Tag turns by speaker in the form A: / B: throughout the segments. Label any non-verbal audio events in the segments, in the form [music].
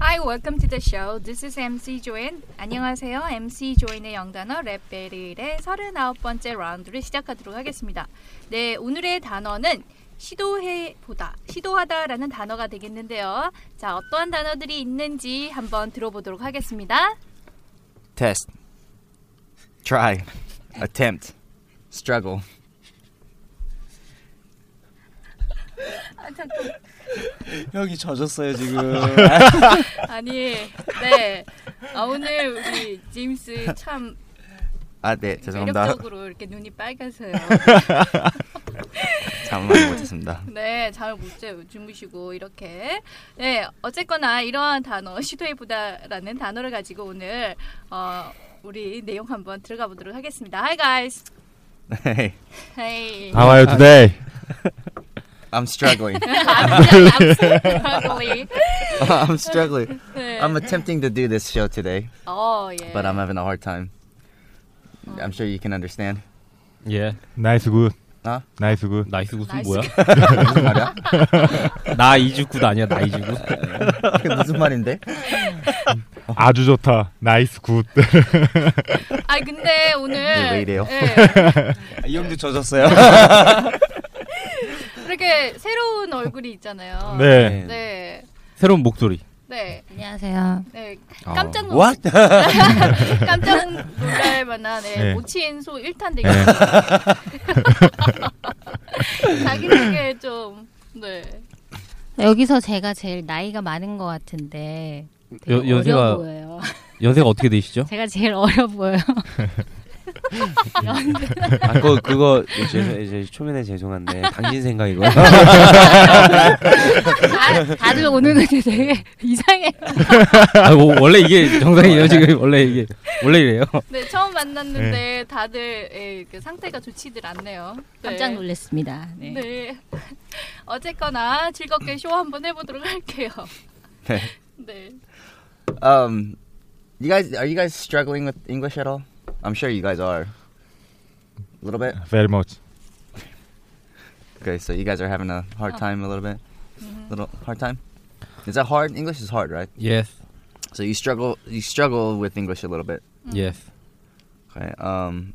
A: Hi, welcome to the show. This is MC Join. 안녕하세요. MC Join의 영단어 랩베리의 39번째 라운드를 시작하도록 하겠습니다. 네, 오늘의 단어는 시도해보다, 시도하다라는 단어가 되겠는데요. 자, 어떠한 단어들이 있는지 한번 들어보도록 하겠습니다.
B: test, try, attempt, struggle.
C: 형이 젖었어요 지금.
A: 아니, 네. 아, 오늘 우리 제임스 참
B: 아, 네, [laughs] 죄송합니다.
A: 매력적으로 이렇게 눈이 빨개서요.
B: [laughs] 잠만
D: [laughs]
B: 못했습니다.
A: 네, 잘못 주무시고 이렇게 네 어쨌거나 이러한 단어 [laughs] 시도해보다라는 단어를 가지고 오늘 어, 우리 내용 한번 들어가 보도록 하겠습니다. Hi guys.
B: Hey,
A: Hey.
E: How are you today?
B: I'm struggling.
D: 네.
A: I'm struggling.
B: [laughs]
A: [laughs]
B: I'm struggling.
A: 네.
B: I'm attempting to do this show today,
A: 어, 예.
B: but I'm
D: 네.
B: having a hard time.
D: 어.
B: I'm sure you can understand.
E: Yeah. Nice good.
B: 아?
E: Nice good.
F: 나이스 굿은
A: 나이스
F: 뭐야?
B: 무슨 말이야?
F: 나 이주굿 아니야 나 이주굿?
B: [laughs] 그게 무슨 말인데?
E: 아주 좋다. Nice good.
A: [laughs] 아 근데 오늘
B: 왜 이래요?
A: 예,
C: 아, 이 형도 젖었어요.
A: 이렇게 새로운 얼굴이 있잖아요.
E: [laughs] 네.
A: 네.
F: 새로운 목소리
A: 네.
G: 안녕하세요.
A: 네. 깜짝 놀
B: [laughs] What?
A: 깜짝 놀랄 만한 네,
E: 네.
A: 모친소 1탄
E: 네.
A: 대결. 자기 소개 좀. 네.
G: 여기서 제가 제일 나이가 많은 것 같은데 되게
F: 여- 연세가-
G: 어려 보여요.
F: 연세가 어떻게 되시죠?
G: [laughs] 제가 제일 어려 보여요.
H: 아, 그거, 그거 죄송, 이제 초면에 죄송한데 당신 생각이고
G: 다, [laughs] 다들 오늘 근데 되게 [laughs] 이상해.
F: 아, 뭐, 원래
H: [laughs] 어,
F: 이게 정상이에요 지금 원래 이게 원래 이래요.
A: 네 처음 만났는데 다들 예, 그 상태가 좋지들 않네요. 네.
G: 깜짝 놀랐습니다. 네.
A: 네. 어쨌거나 즐겁게 쇼 한번 해보도록 할게요.
B: 네.
A: 네.
B: Um, you guys, are you guys struggling with English at all? I'm sure you guys are. A little bit.
E: Very much.
B: Okay, so you guys are having a hard time a little bit. Little hard time. Is that hard? English is hard, right?
F: Yes,
B: So you struggle, you struggle with English a little bit.
H: 음.
F: yes.
B: Okay. Um,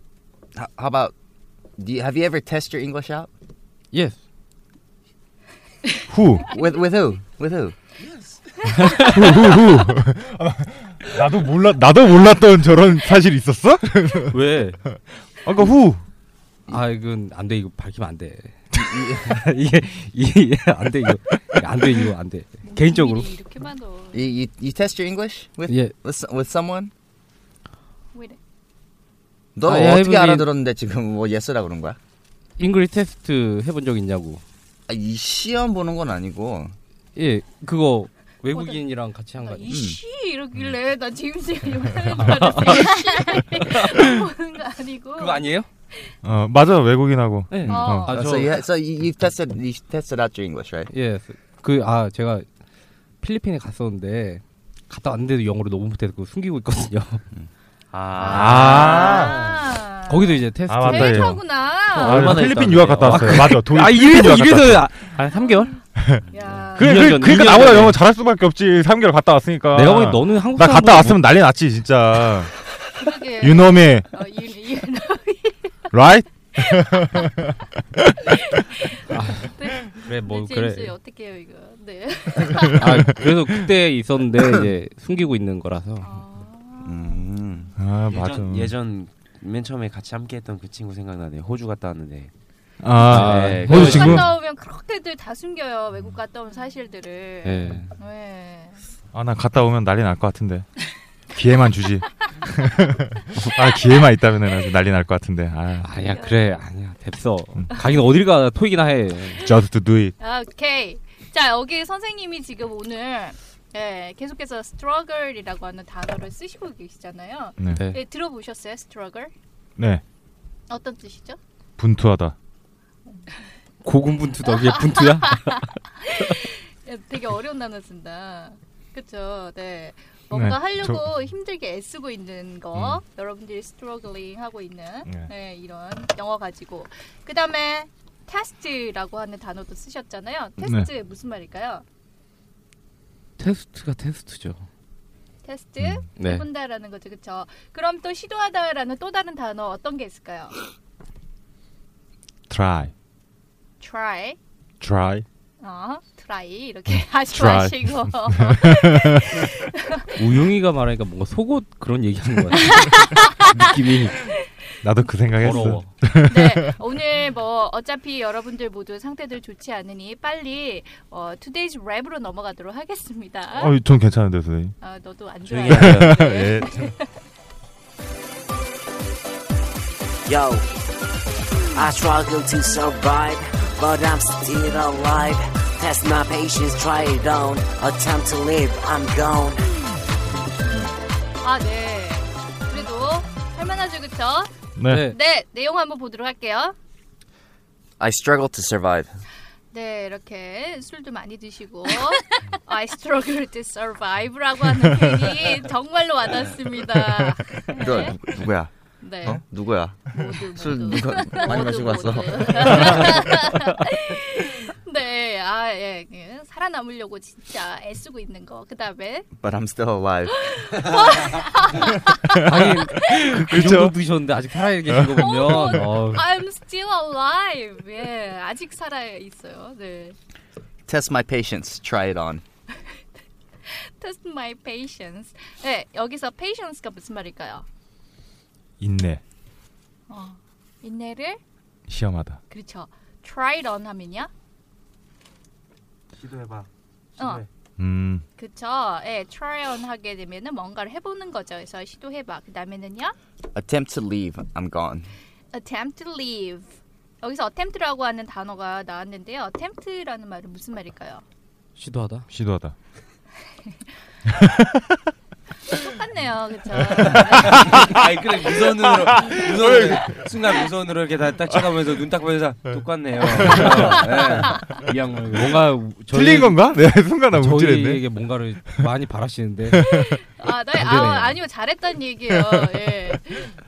B: how, how about? Do you, have you ever tested your English out
F: Yes.
E: Who? [laughs]
B: with with who? With who?
E: Who? Who? [laughs] Who? 나도 몰라. 나도 몰랐던 저런 사실 있었어? [laughs]
F: 왜?
E: 아까 who?
F: 아 이건 안 돼 이거 밝히면 안 돼. [laughs] 이게 이게 안 돼 이거 안 돼 이거 안 돼. 개인적으로.
A: 일이 이렇게 많어.
B: You you, you test your English with
F: 예.
B: with, so- with someone?
A: 왜 이래?
B: 너
F: I
B: 어떻게
F: haven't-
B: 알아들었는데 지금 뭐 예스라 그런 거야?
F: 잉글리 테스트 해본 적 있냐고.
B: 아, 이 시험 보는 건 아니고.
F: 예, 그거 외국인이랑 같이 한 거
A: 나
H: 음.
F: 아니에요?
A: 이씨 이러길래 나 지금 지금 영상인 줄 알았어. [laughs] 보는 거 아니고.
F: 그거 아니에요?
E: 어 맞아 외국인하고.
F: 네.
A: 어.
E: 어.
H: Oh,
F: 아,
B: so
F: 저
B: you ha- so you, you tested you tested out your English, right?
F: 예. 그 아 제가 필리핀에 갔었는데 갔다 왔는데도 영어를 너무 못해서 숨기고 있거든요.
E: 아.
A: 아.
F: 거기도 이제 테스트.
E: 아, 맞다, 예.
A: 데이터구나.
E: 아,
F: 얼마나
E: 필리핀
F: 있다는데요?
E: 유학 갔다
F: 아,
E: 왔어요. 맞아. 도,
F: 아 이래서
E: 필리핀 유학 갔다 왔어요.
F: 이래서 아, 한 3개월?
A: 야.
E: 그래,
F: 이년
E: 그래
F: 전,
E: 그러니까
F: 이년
E: 나보다
F: 전에.
E: 영어 잘할 수밖에 없지. 3개월 갔다 왔으니까.
F: 내가 보기 너는 한국
E: 나 갔다
F: 사람보다
E: 왔으면 난리 났지 진짜.
F: 네.
A: 그러게.
E: 유놈의
A: 어, 유, 유,
E: right?
F: 못- 그래 뭐
A: 뭐 제임스
F: 네, 그래.
E: 어,
A: 어떻게 해요 이거? 네.
F: 뭐, 아, 그래서 그때 [coughs] 있었는데 이제 숨기고 있는 거라서.
A: Mm.
B: 음.
E: 아 맞아.
H: 예전, 예전 맨 처음에 같이 함께했던 그 친구 생각나네. 호주 갔다 왔는데.
E: 아
H: 네,
E: 호주
H: 그
E: 친구.
A: 갔다 오면 그렇게들 다 숨겨요. 외국 갔다 온 사실들을.
E: 네.
F: 예.
A: 네.
E: 아 나 갔다 오면 난리 날 것 같은데. 기회만 주지. [laughs] 아 기회만 있다면 아주 난리 날 것 같은데. 아
F: 아니야 그래 아니야 됐어. 가긴 어딜 가 토익이나 해.
E: just to do it.
A: 아, 오케이. 자, 여기 선생님이 지금 오늘 예, 계속해서 struggle이라고 하는 단어를 쓰시고 계시잖아요.
E: 네.
F: 네.
A: 예, 들어보셨어요? struggle?
E: 네.
A: 어떤 뜻이죠?
E: 분투하다.
F: 고군분투다 그게 분투야?
A: 예, 되게 어려운 단어 쓴다. 그렇죠. 네. 뭔가
E: 네,
A: 하려고 힘들게 애쓰고 있는 거, 여러분들이 struggling 하고 있는
E: 음. 네.
A: 네, 이런 영어 가지고. 그다음에 테스트라고 하는 단어도
E: 음,
A: 쓰셨잖아요.
E: 네.
A: 테스트 무슨 말일까요?
F: [laughs] 테스트가 테스트죠.
A: 테스트
E: 음.
F: 네.
A: 해본다라는 거죠, 그렇죠? 그럼 또 시도하다라는 또 다른 단어 어떤 게 있을까요?
E: try
A: try,
E: try
A: 어, try 이렇게 하지
E: 음, Try.
A: 마시고
E: [laughs]
F: 우영이가 말하니까 뭔가 속옷 그런 얘기하는 거 같아. 느낌이
E: 나도 그 생각했어.
F: 더러워.
H: [laughs]
A: 네, 오늘 뭐 어차피 여러분들 모두 상태들 좋지 않으니 빨리 어, today's 랩으로 넘어가도록 하겠습니다.
E: 어, 전 괜찮은데 선생님.
A: 어, 너도 안 네. 좋아.
H: 조용히 하세요. 네.
E: 예.
I: Yo, I struggle to survive, but I'm still alive. Test my patience, try it on. Attempt to live, I'm gone.
A: 아, 네. 그래도 할만하죠, 그렇죠?
E: 네.
F: 네.
A: 네, 내용 한번 보도록 할게요.
B: I struggle to
A: [laughs]
B: survive.
A: 네, 이렇게 술도 많이
H: [laughs]
A: 드시고 I struggle to survive라고 하는 표현이 정말로
H: [laughs]
A: 와닿습니다.
B: 너 누- 누구야?
A: 네,
B: 어? 누구야?
A: 모두 모두.
B: 술
A: [laughs]
B: 누가 많이
A: 모두,
B: 마시고 왔어? [laughs]
A: 모두. 네, 아 예, 예, 살아남으려고 진짜 애쓰고 있는 거. 그다음에
B: But I'm still alive.
F: 아니 그, 그 정도 드셨는데 아직 살아 계신 거 보면 어,
A: I'm still alive. 예, 아직 살아 있어요. 네,
B: Test my patience. Try it on.
A: test my patience. 네, 여기서 patience가 무슨 말일까요?
E: 인내
A: 인내를
E: 시험하다.
A: 그렇죠. try it on 하면요.
H: 시도해봐.
A: 어.
E: 음.
A: 그쵸. 예, try on 하게 되면은 뭔가를 해보는 거죠. 그래서 시도해봐. 그 다음에는요,
B: Attempt to leave. I'm gone.
A: attempt to leave. 여기서 attempt라고 하는 단어가 나왔는데요. attempt라는 말은 무슨 말일까요?
F: 시도하다.
E: 시도하다.
A: 똑같네요, 그쵸?
F: [laughs]
H: 아니 그래 무서운 눈으로 무서운 눈- 순간 무서운 눈으로 이렇게 다딱 쳐다보면서 눈 딱 보면서 똑같네요. 네. 이 양말
F: 뭔가 우- 저희-
E: 틀린 건가? 네 [laughs] 순간 나 움찔했네.
F: 저희에게 뭔가를 많이 바라시는데
A: 아, 네,
F: 안 되네요.
A: 아, 아니요, 잘했단 얘기예요. 예,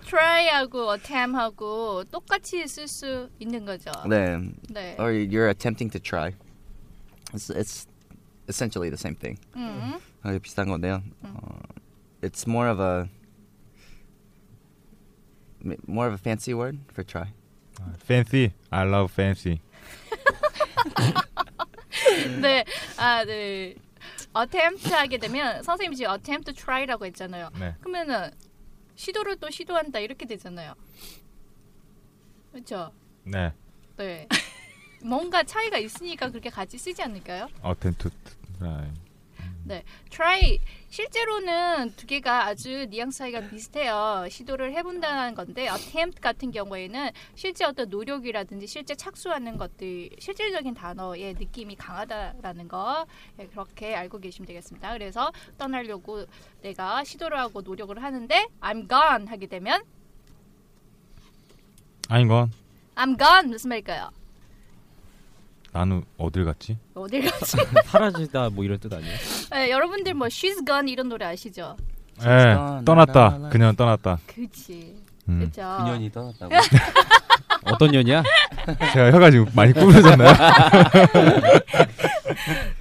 A: try하고 attempt하고 똑같이 쓸 수 있는 거죠.
B: Then,
A: 네.
B: or you're attempting to try. It's, it's essentially the same thing.
A: 음,
B: 아, 비슷한 건데요. 어, it's more of a more of a fancy word for try.
E: Fancy, I love fancy.
A: 네, 아, 네. attempt 하게 되면 선생님이 지금 attempt to try라고 했잖아요.
E: 네.
A: 그러면은 시도를 또 시도한다 이렇게 되잖아요. 그렇죠?
E: 네.
A: 네. [laughs] 뭔가 차이가 있으니까 그렇게 같이 쓰지 않을까요?
E: Attempt to try.
A: 네. try 실제로는 두 개가 아주 뉘앙스 차이가 비슷해요. 시도를 해본다는 건데 attempt 같은 경우에는 실제 어떤 노력이라든지 실제 착수하는 것들 실질적인 단어의 느낌이 강하다라는 거 예, 그렇게 알고 계시면 되겠습니다. 그래서 떠나려고 내가 시도를 하고 노력을 하는데 I'm gone 하게 되면
E: 아닌 건
A: I'm gone 무슨 말일까요?
E: 나는 어딜 갔지?
A: 어딜 가지?
F: 사라지다 뭐 이런 뜻 아니에요?
A: 네, 여러분들 뭐 She's Gone 이런 노래 아시죠?
E: 예. 떠났다. 그녀는 떠났다.
A: 그치.
E: 음.
A: 그쵸.
H: 아. 인연이 떠났다고.
F: 어떤 년이야? 아,
E: 제가 혀가 지금 많이 구부러졌나요?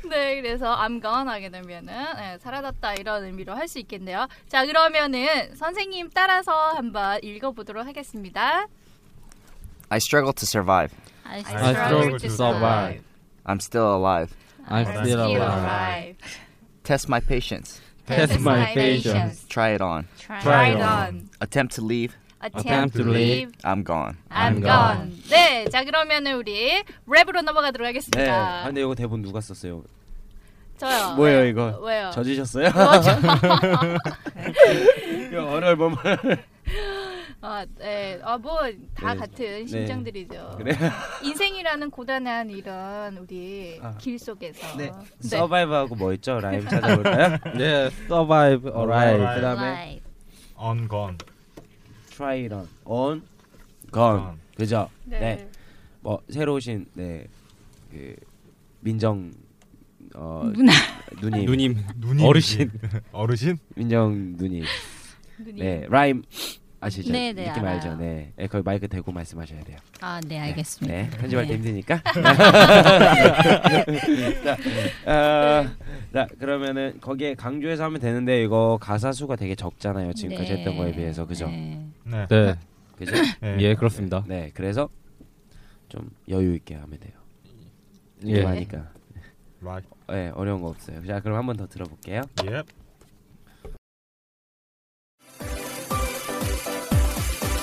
A: 네, 그래서 I'm gone 하게 되면은 네, 사라졌다 이런 의미로 할 수 있겠네요. 자, 그러면은 선생님 따라서 한번 읽어보도록 하겠습니다.
B: I struggle to survive.
G: I
A: I
G: struggle
A: struggle to
E: to survive.
A: survive.
B: I'm still alive.
H: 아,
F: I feel alive.
B: Test my patience.
F: Test Test my my patience. patience.
B: Try it on.
A: Try Try it it on. on.
B: Attempt to leave.
A: Attempt Attempt to to leave. leave.
B: I'm gone.
A: I'm gone. 네, 자 그러면은 우리 랩으로 넘어가도록
H: 네.
A: 하겠습니다.
H: 아, 근데 이거 대본 누가 썼어요?
A: 저요.
H: 뭐예요 이거?
A: 왜요?
H: 젖으셨어요? [laughs] 이거 어려울 범을.
A: 아, 네. 아, 뭐 다
H: 네.
A: 같은
H: 네.
A: 심정들이죠.
H: 그래요? [laughs]
A: 인생이라는 고단한 이런 우리 길 속에서 네.
H: 아. 서바이브하고 뭐 있죠? 라임
G: [laughs]
H: 찾아볼까요?
F: 네, survive, alright.
H: alright. 아, 예, 그다음에
E: on gone.
H: try it on, on, gone. 그죠?
E: 네.
H: 네. 뭐 새로 오신 네. 네그 민정 어
G: 누나.
H: 누님
F: 누님.
E: 누님.
H: 어르신
E: [laughs] 어르신?
H: 민정 누님.
G: 누님.
H: 네 라임 아시죠?
G: 네, 네,
H: 느낌
G: 알아요.
H: 알죠? 네. 네 거기 마이크 대고 말씀하셔야 돼요.
G: 아, 네, 알겠습니다.
H: 네, 편집할 때
G: 네.
H: 힘드니까. 자, 어, 자, 그러면은 거기에 강조해서 하면 되는데 이거 가사 수가 되게 적잖아요. 지금까지
G: 네.
H: 했던 거에 비해서 그죠?
G: 네.
E: 네.
F: 네.
H: 그죠?
E: 네.
F: 예, 그렇습니다.
H: 네, 그래서 좀 여유 있게 하면 돼요.
F: 예.
H: 예. 하니까.
E: Right.
H: 네, 어려운 거 없어요. 자, 그럼 한 번 더 들어볼게요.
E: Yep.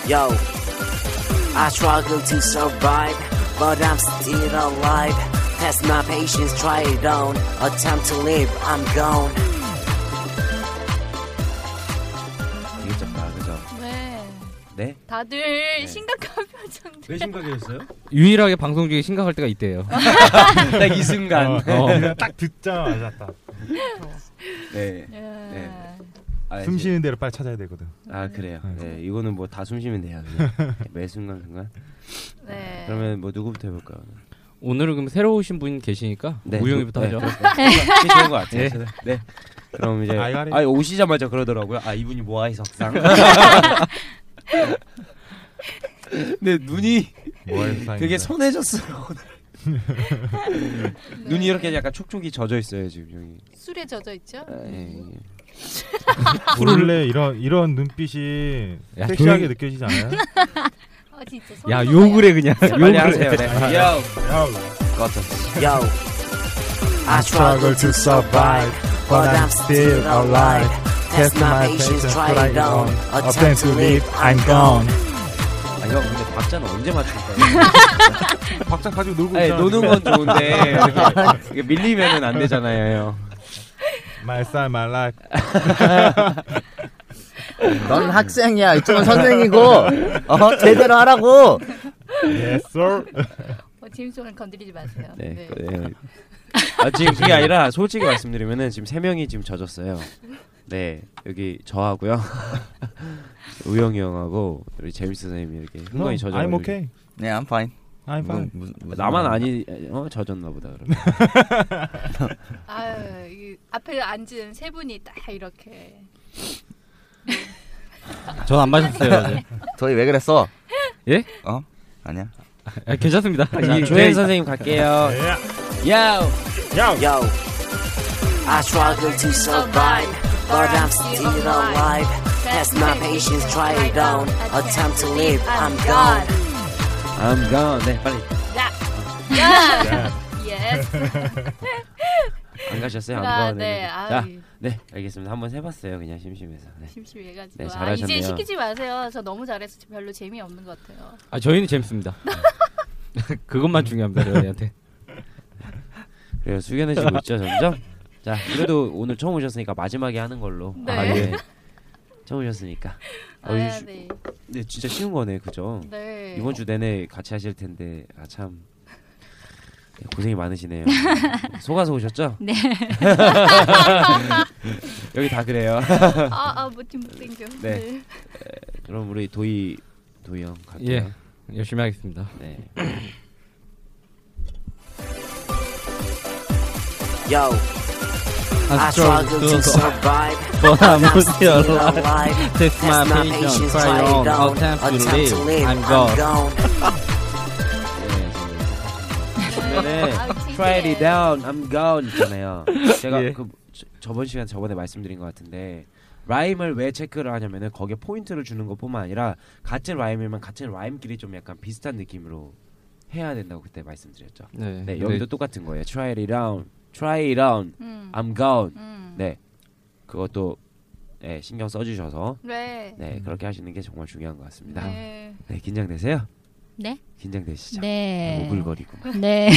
I: Yo, I struggle to survive, but I'm still alive. Test my patience, try it on. Attempt to live, I'm gone.
H: 되게 짧다, 그죠?
A: 네.
H: 네.
A: 다들 심각한 [laughs] 표정들.
H: 심각해졌어요?
F: 유일하게 방송 중에 심각할 때가 있대요.
H: [laughs] 딱 이 순간. [laughs]
E: 어, [laughs] 딱 듣자마자 딱.
H: 네.
A: 네.
H: 아,
E: 숨
H: 이제-
E: 쉬는 데를 빨리 찾아야 되거든.
H: 아 그래요. 네, 이거는 뭐 다 숨쉬면 돼요. [laughs] 그냥. 매 순간 순간.
A: 네.
H: 그러면 뭐 누구부터 해볼까요?
F: 오늘은 그럼 새로 오신 분 계시니까
H: 네,
F: 무용이부터
H: 네,
F: 하죠.
H: 그렇습니다. 그게 좋은 것 같아요.
F: 예.
H: 저는. 네. 그럼 이제
F: I got it.
H: 아 오시자마자 그러더라고요. 아 이분이 모아이 [laughs] 석상. 네 눈이
E: 모아이 석상입니다.
H: 되게 선해졌어요 오늘. 눈이 이렇게 약간 촉촉이 젖어 있어요 지금 여기.
A: 술에 젖어 있죠?
H: 아, 예, 예.
E: 원래 이런 이런 눈빛이
F: 야, 조용히-
E: 섹시하게 느껴지지 않아요?
A: 아 진짜 소름
F: 야,
A: 돋아요.
F: 욕을 해 그냥.
A: 소름
F: 욕을
A: 돋아요.
F: 해.
H: [laughs] 야.
I: Yo, I struggle to survive, but I'm still alive. Test my patience, try it on. Attempt to live, I'm gone.
H: 아 형, 근데 박자는 언제 맞출까요?
E: 박자 가지고 놀고
H: 아니,
E: 있잖아.
H: 노는 건
F: [laughs]
H: 좋은데 이렇게- 이게 밀리면은 안 되잖아요.
E: My style, my life.
B: 넌 학생이야. 이쪽은 선생이고. 어, 제대로 하라고.
E: Yes, sir.
A: 어, 지임송을 건드리지 마세요.
H: 네.
A: 네.
H: 네. 아, 지금 그게 아니라 솔직히 말씀드리면은 지금 세 명이 지금 젖었어요. 네 여기 저하고요, [laughs] 우영이 형하고 우리 제임스 선생님이 이렇게 흥건히 젖어.
E: I'm
F: 뭐
E: okay.
B: Yeah, 네, I'm fine. 뭐,
E: I'm fine.
B: 무슨- 무슨-
H: 뭐, 나만 아니 어 젖었나 보다 그러면.
A: 아유, 이 앞에 앉은 세 분이 딱 이렇게
F: 전 안 마셨어요. 아직.
B: 저희 왜 그랬어?
F: [laughs] 예?
B: 어? 아니야.
F: 아, 괜찮습니다. 예.
H: 자,
F: 이-
H: 조현 선생님 갈게요. 야,
I: Yo, I struggle to survive, but I'm still alive. Test my patience, try it on. Attempt to live, I'm
A: 아,
I: gone.
H: I'm gone. 네 빨리
A: 야!
H: [laughs]
A: 예스.
H: 안 가셨어요? 안
A: 아,
H: gone.
A: 네,
H: 자,
A: 아이.
H: 네 알겠습니다. 한번 해봤어요. 그냥 심심해서. 네.
A: 심심해가지고
H: 네,
A: 아, 이제
H: 잘하셨네요.
A: 시키지 마세요. 저 너무 잘해서 별로 재미없는 것 같아요.
F: 아, 저희는 재밌습니다. 그것만 중요합니다, 저희한테.
H: 그래요 숙연해지고 있죠 점점 자 그래도 오늘 처음 오셨으니까 마지막에 하는 걸로
A: 네.
H: 아, 예. 처음 오셨으니까
A: 아,
H: 어, 이 주-
A: 네.
H: 네 진짜 쉬운 거네 그죠
A: 네.
H: 이번 주 내내 같이 하실 텐데 아 참 고생이 많으시네요 속아서 오셨죠
G: 네.
H: 여기 다 그래요
A: 아, 아, 뭐좀 못생겨.
H: 네. 그럼 우리 도희 도희 형
F: 예.
H: 갈게요
F: 열심히 하겠습니다.
H: 네
I: Yo, I
F: 아,
I: struggle to survive,
F: [laughs] But I'm still alive. Test
I: Test my
F: my patience,
I: patience,
F: try
I: try
F: it
I: it
F: on.
I: on.
F: Attempt to
I: Attempt to
F: live,
I: live,
F: I'm
I: I'm
F: gone.
I: gone.
H: 그러면은
A: 아, 진짜.
H: try it down, I'm gone 있잖아요.
F: [laughs]
H: 제가
F: 예.
H: 그 저- 저번 시간 저번에 말씀드린 것 같은데 라임을 왜 체크를 하냐면은 거기에 포인트를 주는 것뿐만 아니라 같은 라임이면 같은 라임끼리 좀 약간 비슷한 느낌으로 해야 된다고 그때 말씀드렸죠.
F: 네.
H: 네,
F: 근데
H: 여기도 똑같은 거예요. try it down, try it on,
F: 아.
A: 음.
H: I'm gone.
A: 음.
H: 네, 그것도 네, 신경 써주셔서
A: 네.
H: 네 그렇게 하시는 게 정말 중요한 것 같습니다.
A: 네.
H: 네, 긴장되세요?
G: 네?
H: 긴장되시죠?
G: 네.
H: 오글거리고 막.
G: 네.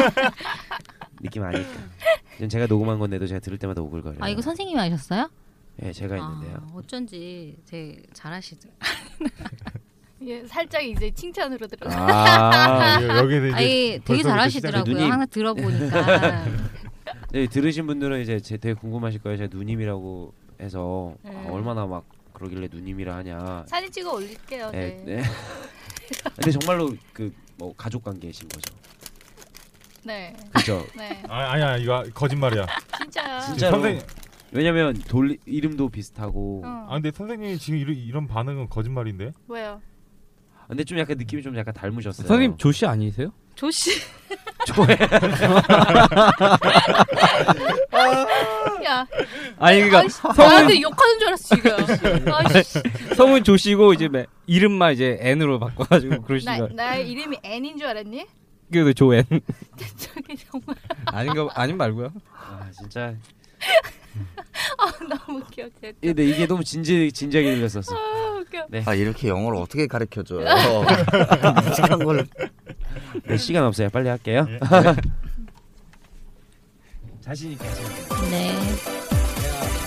H: [laughs]
G: [laughs]
H: 느낌 아니까. 지금 제가 녹음한 건데도 제가 들을 때마다 오글거려요.
G: 아 이거 선생님이 하셨어요?
H: 네, 제가 있는데요.
G: [laughs] 아, 어쩐지 되게 잘하시죠.
A: 예, 살짝 이제 칭찬으로 들어.
H: 아,
E: 여기는 이제
G: 아니, 되게
E: 벌써부터
G: 잘하시더라고요.
H: 시작이-
G: 항상 들어보니까.
H: [laughs] 네, 들으신 분들은 이제 제 되게 궁금하실 거예요. 제가 누님이라고 해서
A: 네.
G: 음.
H: 아, 얼마나 막 그러길래 누님이라 하냐.
A: 사진 찍어 올릴게요. 네.
H: 네, [laughs] 네. 근데 정말로 그 뭐 가족 관계이신 거죠.
A: 네.
H: 그죠?
A: 네.
E: 아, 아니야 이거 거짓말이야.
F: [laughs]
A: 진짜요.
H: 진짜로.
E: 선생님.
H: 왜냐면 돌 이름도 비슷하고.
A: 어.
E: 아 근데 선생님이 지금 이런, 이런 반응은 거짓말인데?
A: 왜요?
H: 근데 좀 약간 느낌이 좀 약간 닮으셨어요.
F: 선생님 조씨 아니세요?
A: 조씨.
H: 조예.
A: [laughs] 야.
F: 아니 그러니까
A: 아이씨, 나한테
F: 성은
A: 욕하는 줄 알았어
F: [laughs]
A: 지금. 아이씨.
F: 성은 조씨고 이제 매- 이름만 이제 N으로 바꿔가지고
A: 나,
F: 그러시죠.
A: 나의 이름이 N인 줄 알았니?
F: 그래도 조엔
A: [laughs] 저기 정말
F: 아닌가 아닌 말고요.
H: 아, 진짜.
A: 아 너무 웃겨 진짜.
H: 예, 근데 이게 너무 진지 진지하게 들렸었어.
A: 아 웃겨.
H: 네.
B: 아 이렇게 영어를 어떻게 가르쳐
H: [laughs]
B: 줘요? [laughs] 무식한 걸.
H: 네, 시간 없어요. 빨리 할게요. [laughs]
C: 자신 있게
G: 네.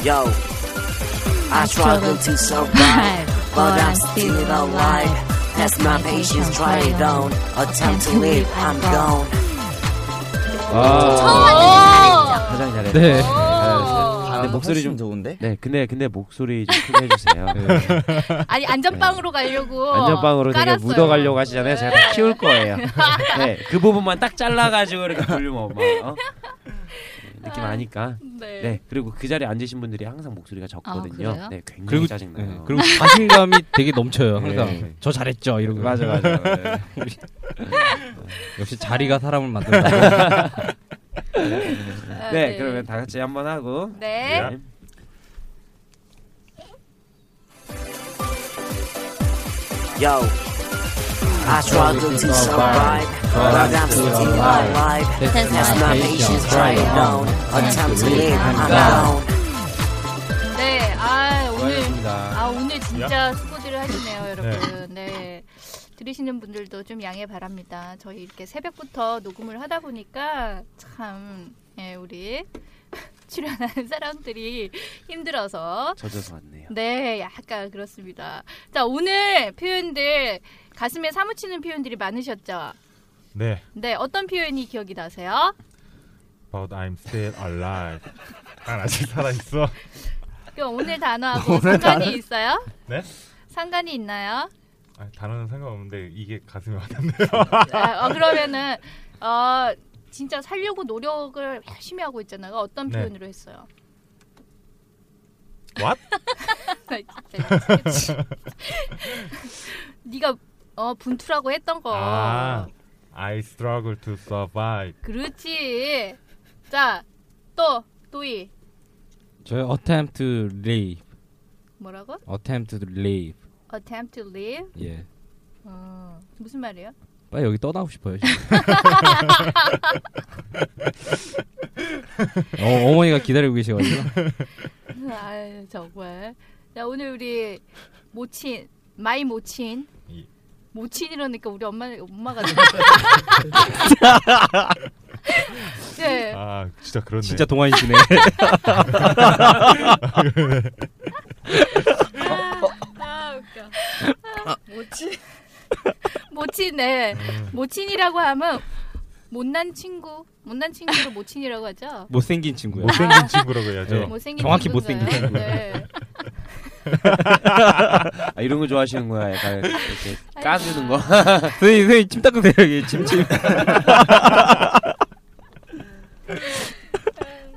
I: Yo, I struggle to survive, [laughs] but I'm still alive. That's my patience tried on. Attempt to live, I'm gone.
A: 아.
H: 아. 가장 잘했어.
F: 네.
H: 네.
A: 오.
H: 아, 근데 목소리 좀
B: 좋은데?
H: 네, 근데 근데 목소리 좀 크게 해주세요.
F: 네.
H: 네.
A: 아니 안전빵으로 가려고.
H: 안전빵으로 되게
A: 깔았어요.
H: 묻어가려고 하시잖아요. 제가 다 키울
A: [laughs]
H: 거예요. 네, 그 부분만 딱 잘라가지고 이렇게 볼륨 업. 어? 네, 느낌 아니까.
A: 네. 아,
H: 네, 그리고 그 자리에 앉으신 분들이 항상 목소리가 적거든요.
A: 그래요?
H: 네, 굉장히
F: 그리고
H: 짜증나요.
F: 네, 그리고 자신감이 되게 넘쳐요. 항상
H: 네.
F: 저 잘했죠 이러고.
H: 맞아, 맞아, 네. 맞아.
F: 역시 자리가 사람을 만든다.
A: 아,
H: 네, 그러면 다 같이 한번 하고.
A: 네.
I: Yo, I struggle to survive, but I'm still alive.
H: 네.
I: That's my patience tried on. Attempt to live, I'm gone.
A: 네, 아 오늘
F: 수고하셨습니다.
A: 아 오늘 진짜 수고들을 하시네요, 여러분. 네. 들으시는 분들도 좀 양해 바랍니다. 저희 이렇게 새벽부터 녹음을 하다 보니까 참 예, 우리 [laughs] 출연하는 사람들이 힘들어서
H: 젖어서 왔네요.
A: 네, 약간 그렇습니다. 자, 오늘 표현들 가슴에 사무치는 표현들이 많으셨죠?
E: 네.
A: 네, 어떤 표현이 기억이 나세요?
E: But I'm still alive. 난 아직 살아 있어.
A: 그럼 오늘 단어하고
E: 오늘
A: 상관이
E: 단어-
A: 있어요?
E: 네?
A: 상관이 있나요?
E: 아, 단어는 상관없는데 이게 가슴에 와닿네요.
A: 아, 어, 그러면은 어, 진짜 살려고 노력을 열심히 하고 있잖아요. 어떤
E: 네.
A: 표현으로 했어요?
E: What?
A: [laughs] 나 진짜 [laughs] 네가 어, 분투라고 했던 거.
E: 아, I struggle to survive.
A: 그렇지. 자, 또 또이
F: 저요 attempt to live,
A: 뭐라고?
F: attempt to live.
A: Attempt to live.
F: 예.
A: 어, 무슨 말이에요?
F: 빨리 여기 떠나고 싶어요.
H: [laughs]
F: 지금. 어, 어머니가 기다리고 계셔가지고.
A: [laughs] 아 정말. 자 오늘 우리 모친 마이 모친
F: 예.
E: 이-
A: 모친이라니까 우리 엄마
F: [laughs]
A: 엄마가 네.
E: 아, 진짜 그렇네.
F: 진짜 동안이시네.
A: 아 웃겨. 아, 모친 [laughs] 모친 네
F: 음.
A: 모친이라고 하면 못난 친구 못난 친구를 모친이라고 하죠.
F: [laughs] 못생긴 친구야.
H: 뭐,
E: 못생긴 친구라고 해야죠.
F: 네.
A: 못생긴
F: 정확히
A: 친구인가요?
F: 못생긴 친구.
A: 네.
H: 아, 이런 거 좋아하시는 거야. 약간 이렇게 까주는 거.
F: 선생님, 선생님 침 닦으세요. 여기 침침.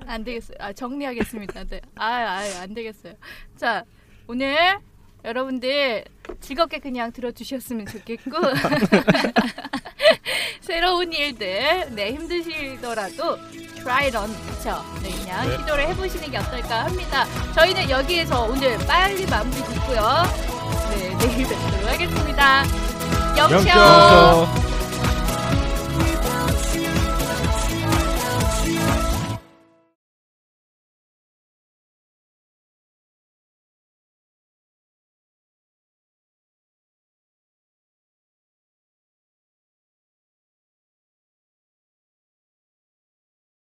A: 안 되겠어요. 아 정리하겠습니다. 네. 아안 되겠어요. 자 오늘 여러분들 즐겁게 그냥 들어주셨으면 좋겠고 [laughs] 새로운 일들 네 힘드시더라도 try it on 그쵸? 네 그냥
E: 네.
A: 시도를 해보시는 게 어떨까 합니다. 저희는 여기에서 오늘 빨리 마무리 짓고요. 네 내일 뵙도록 하겠습니다. 영쇼.
E: 영쇼.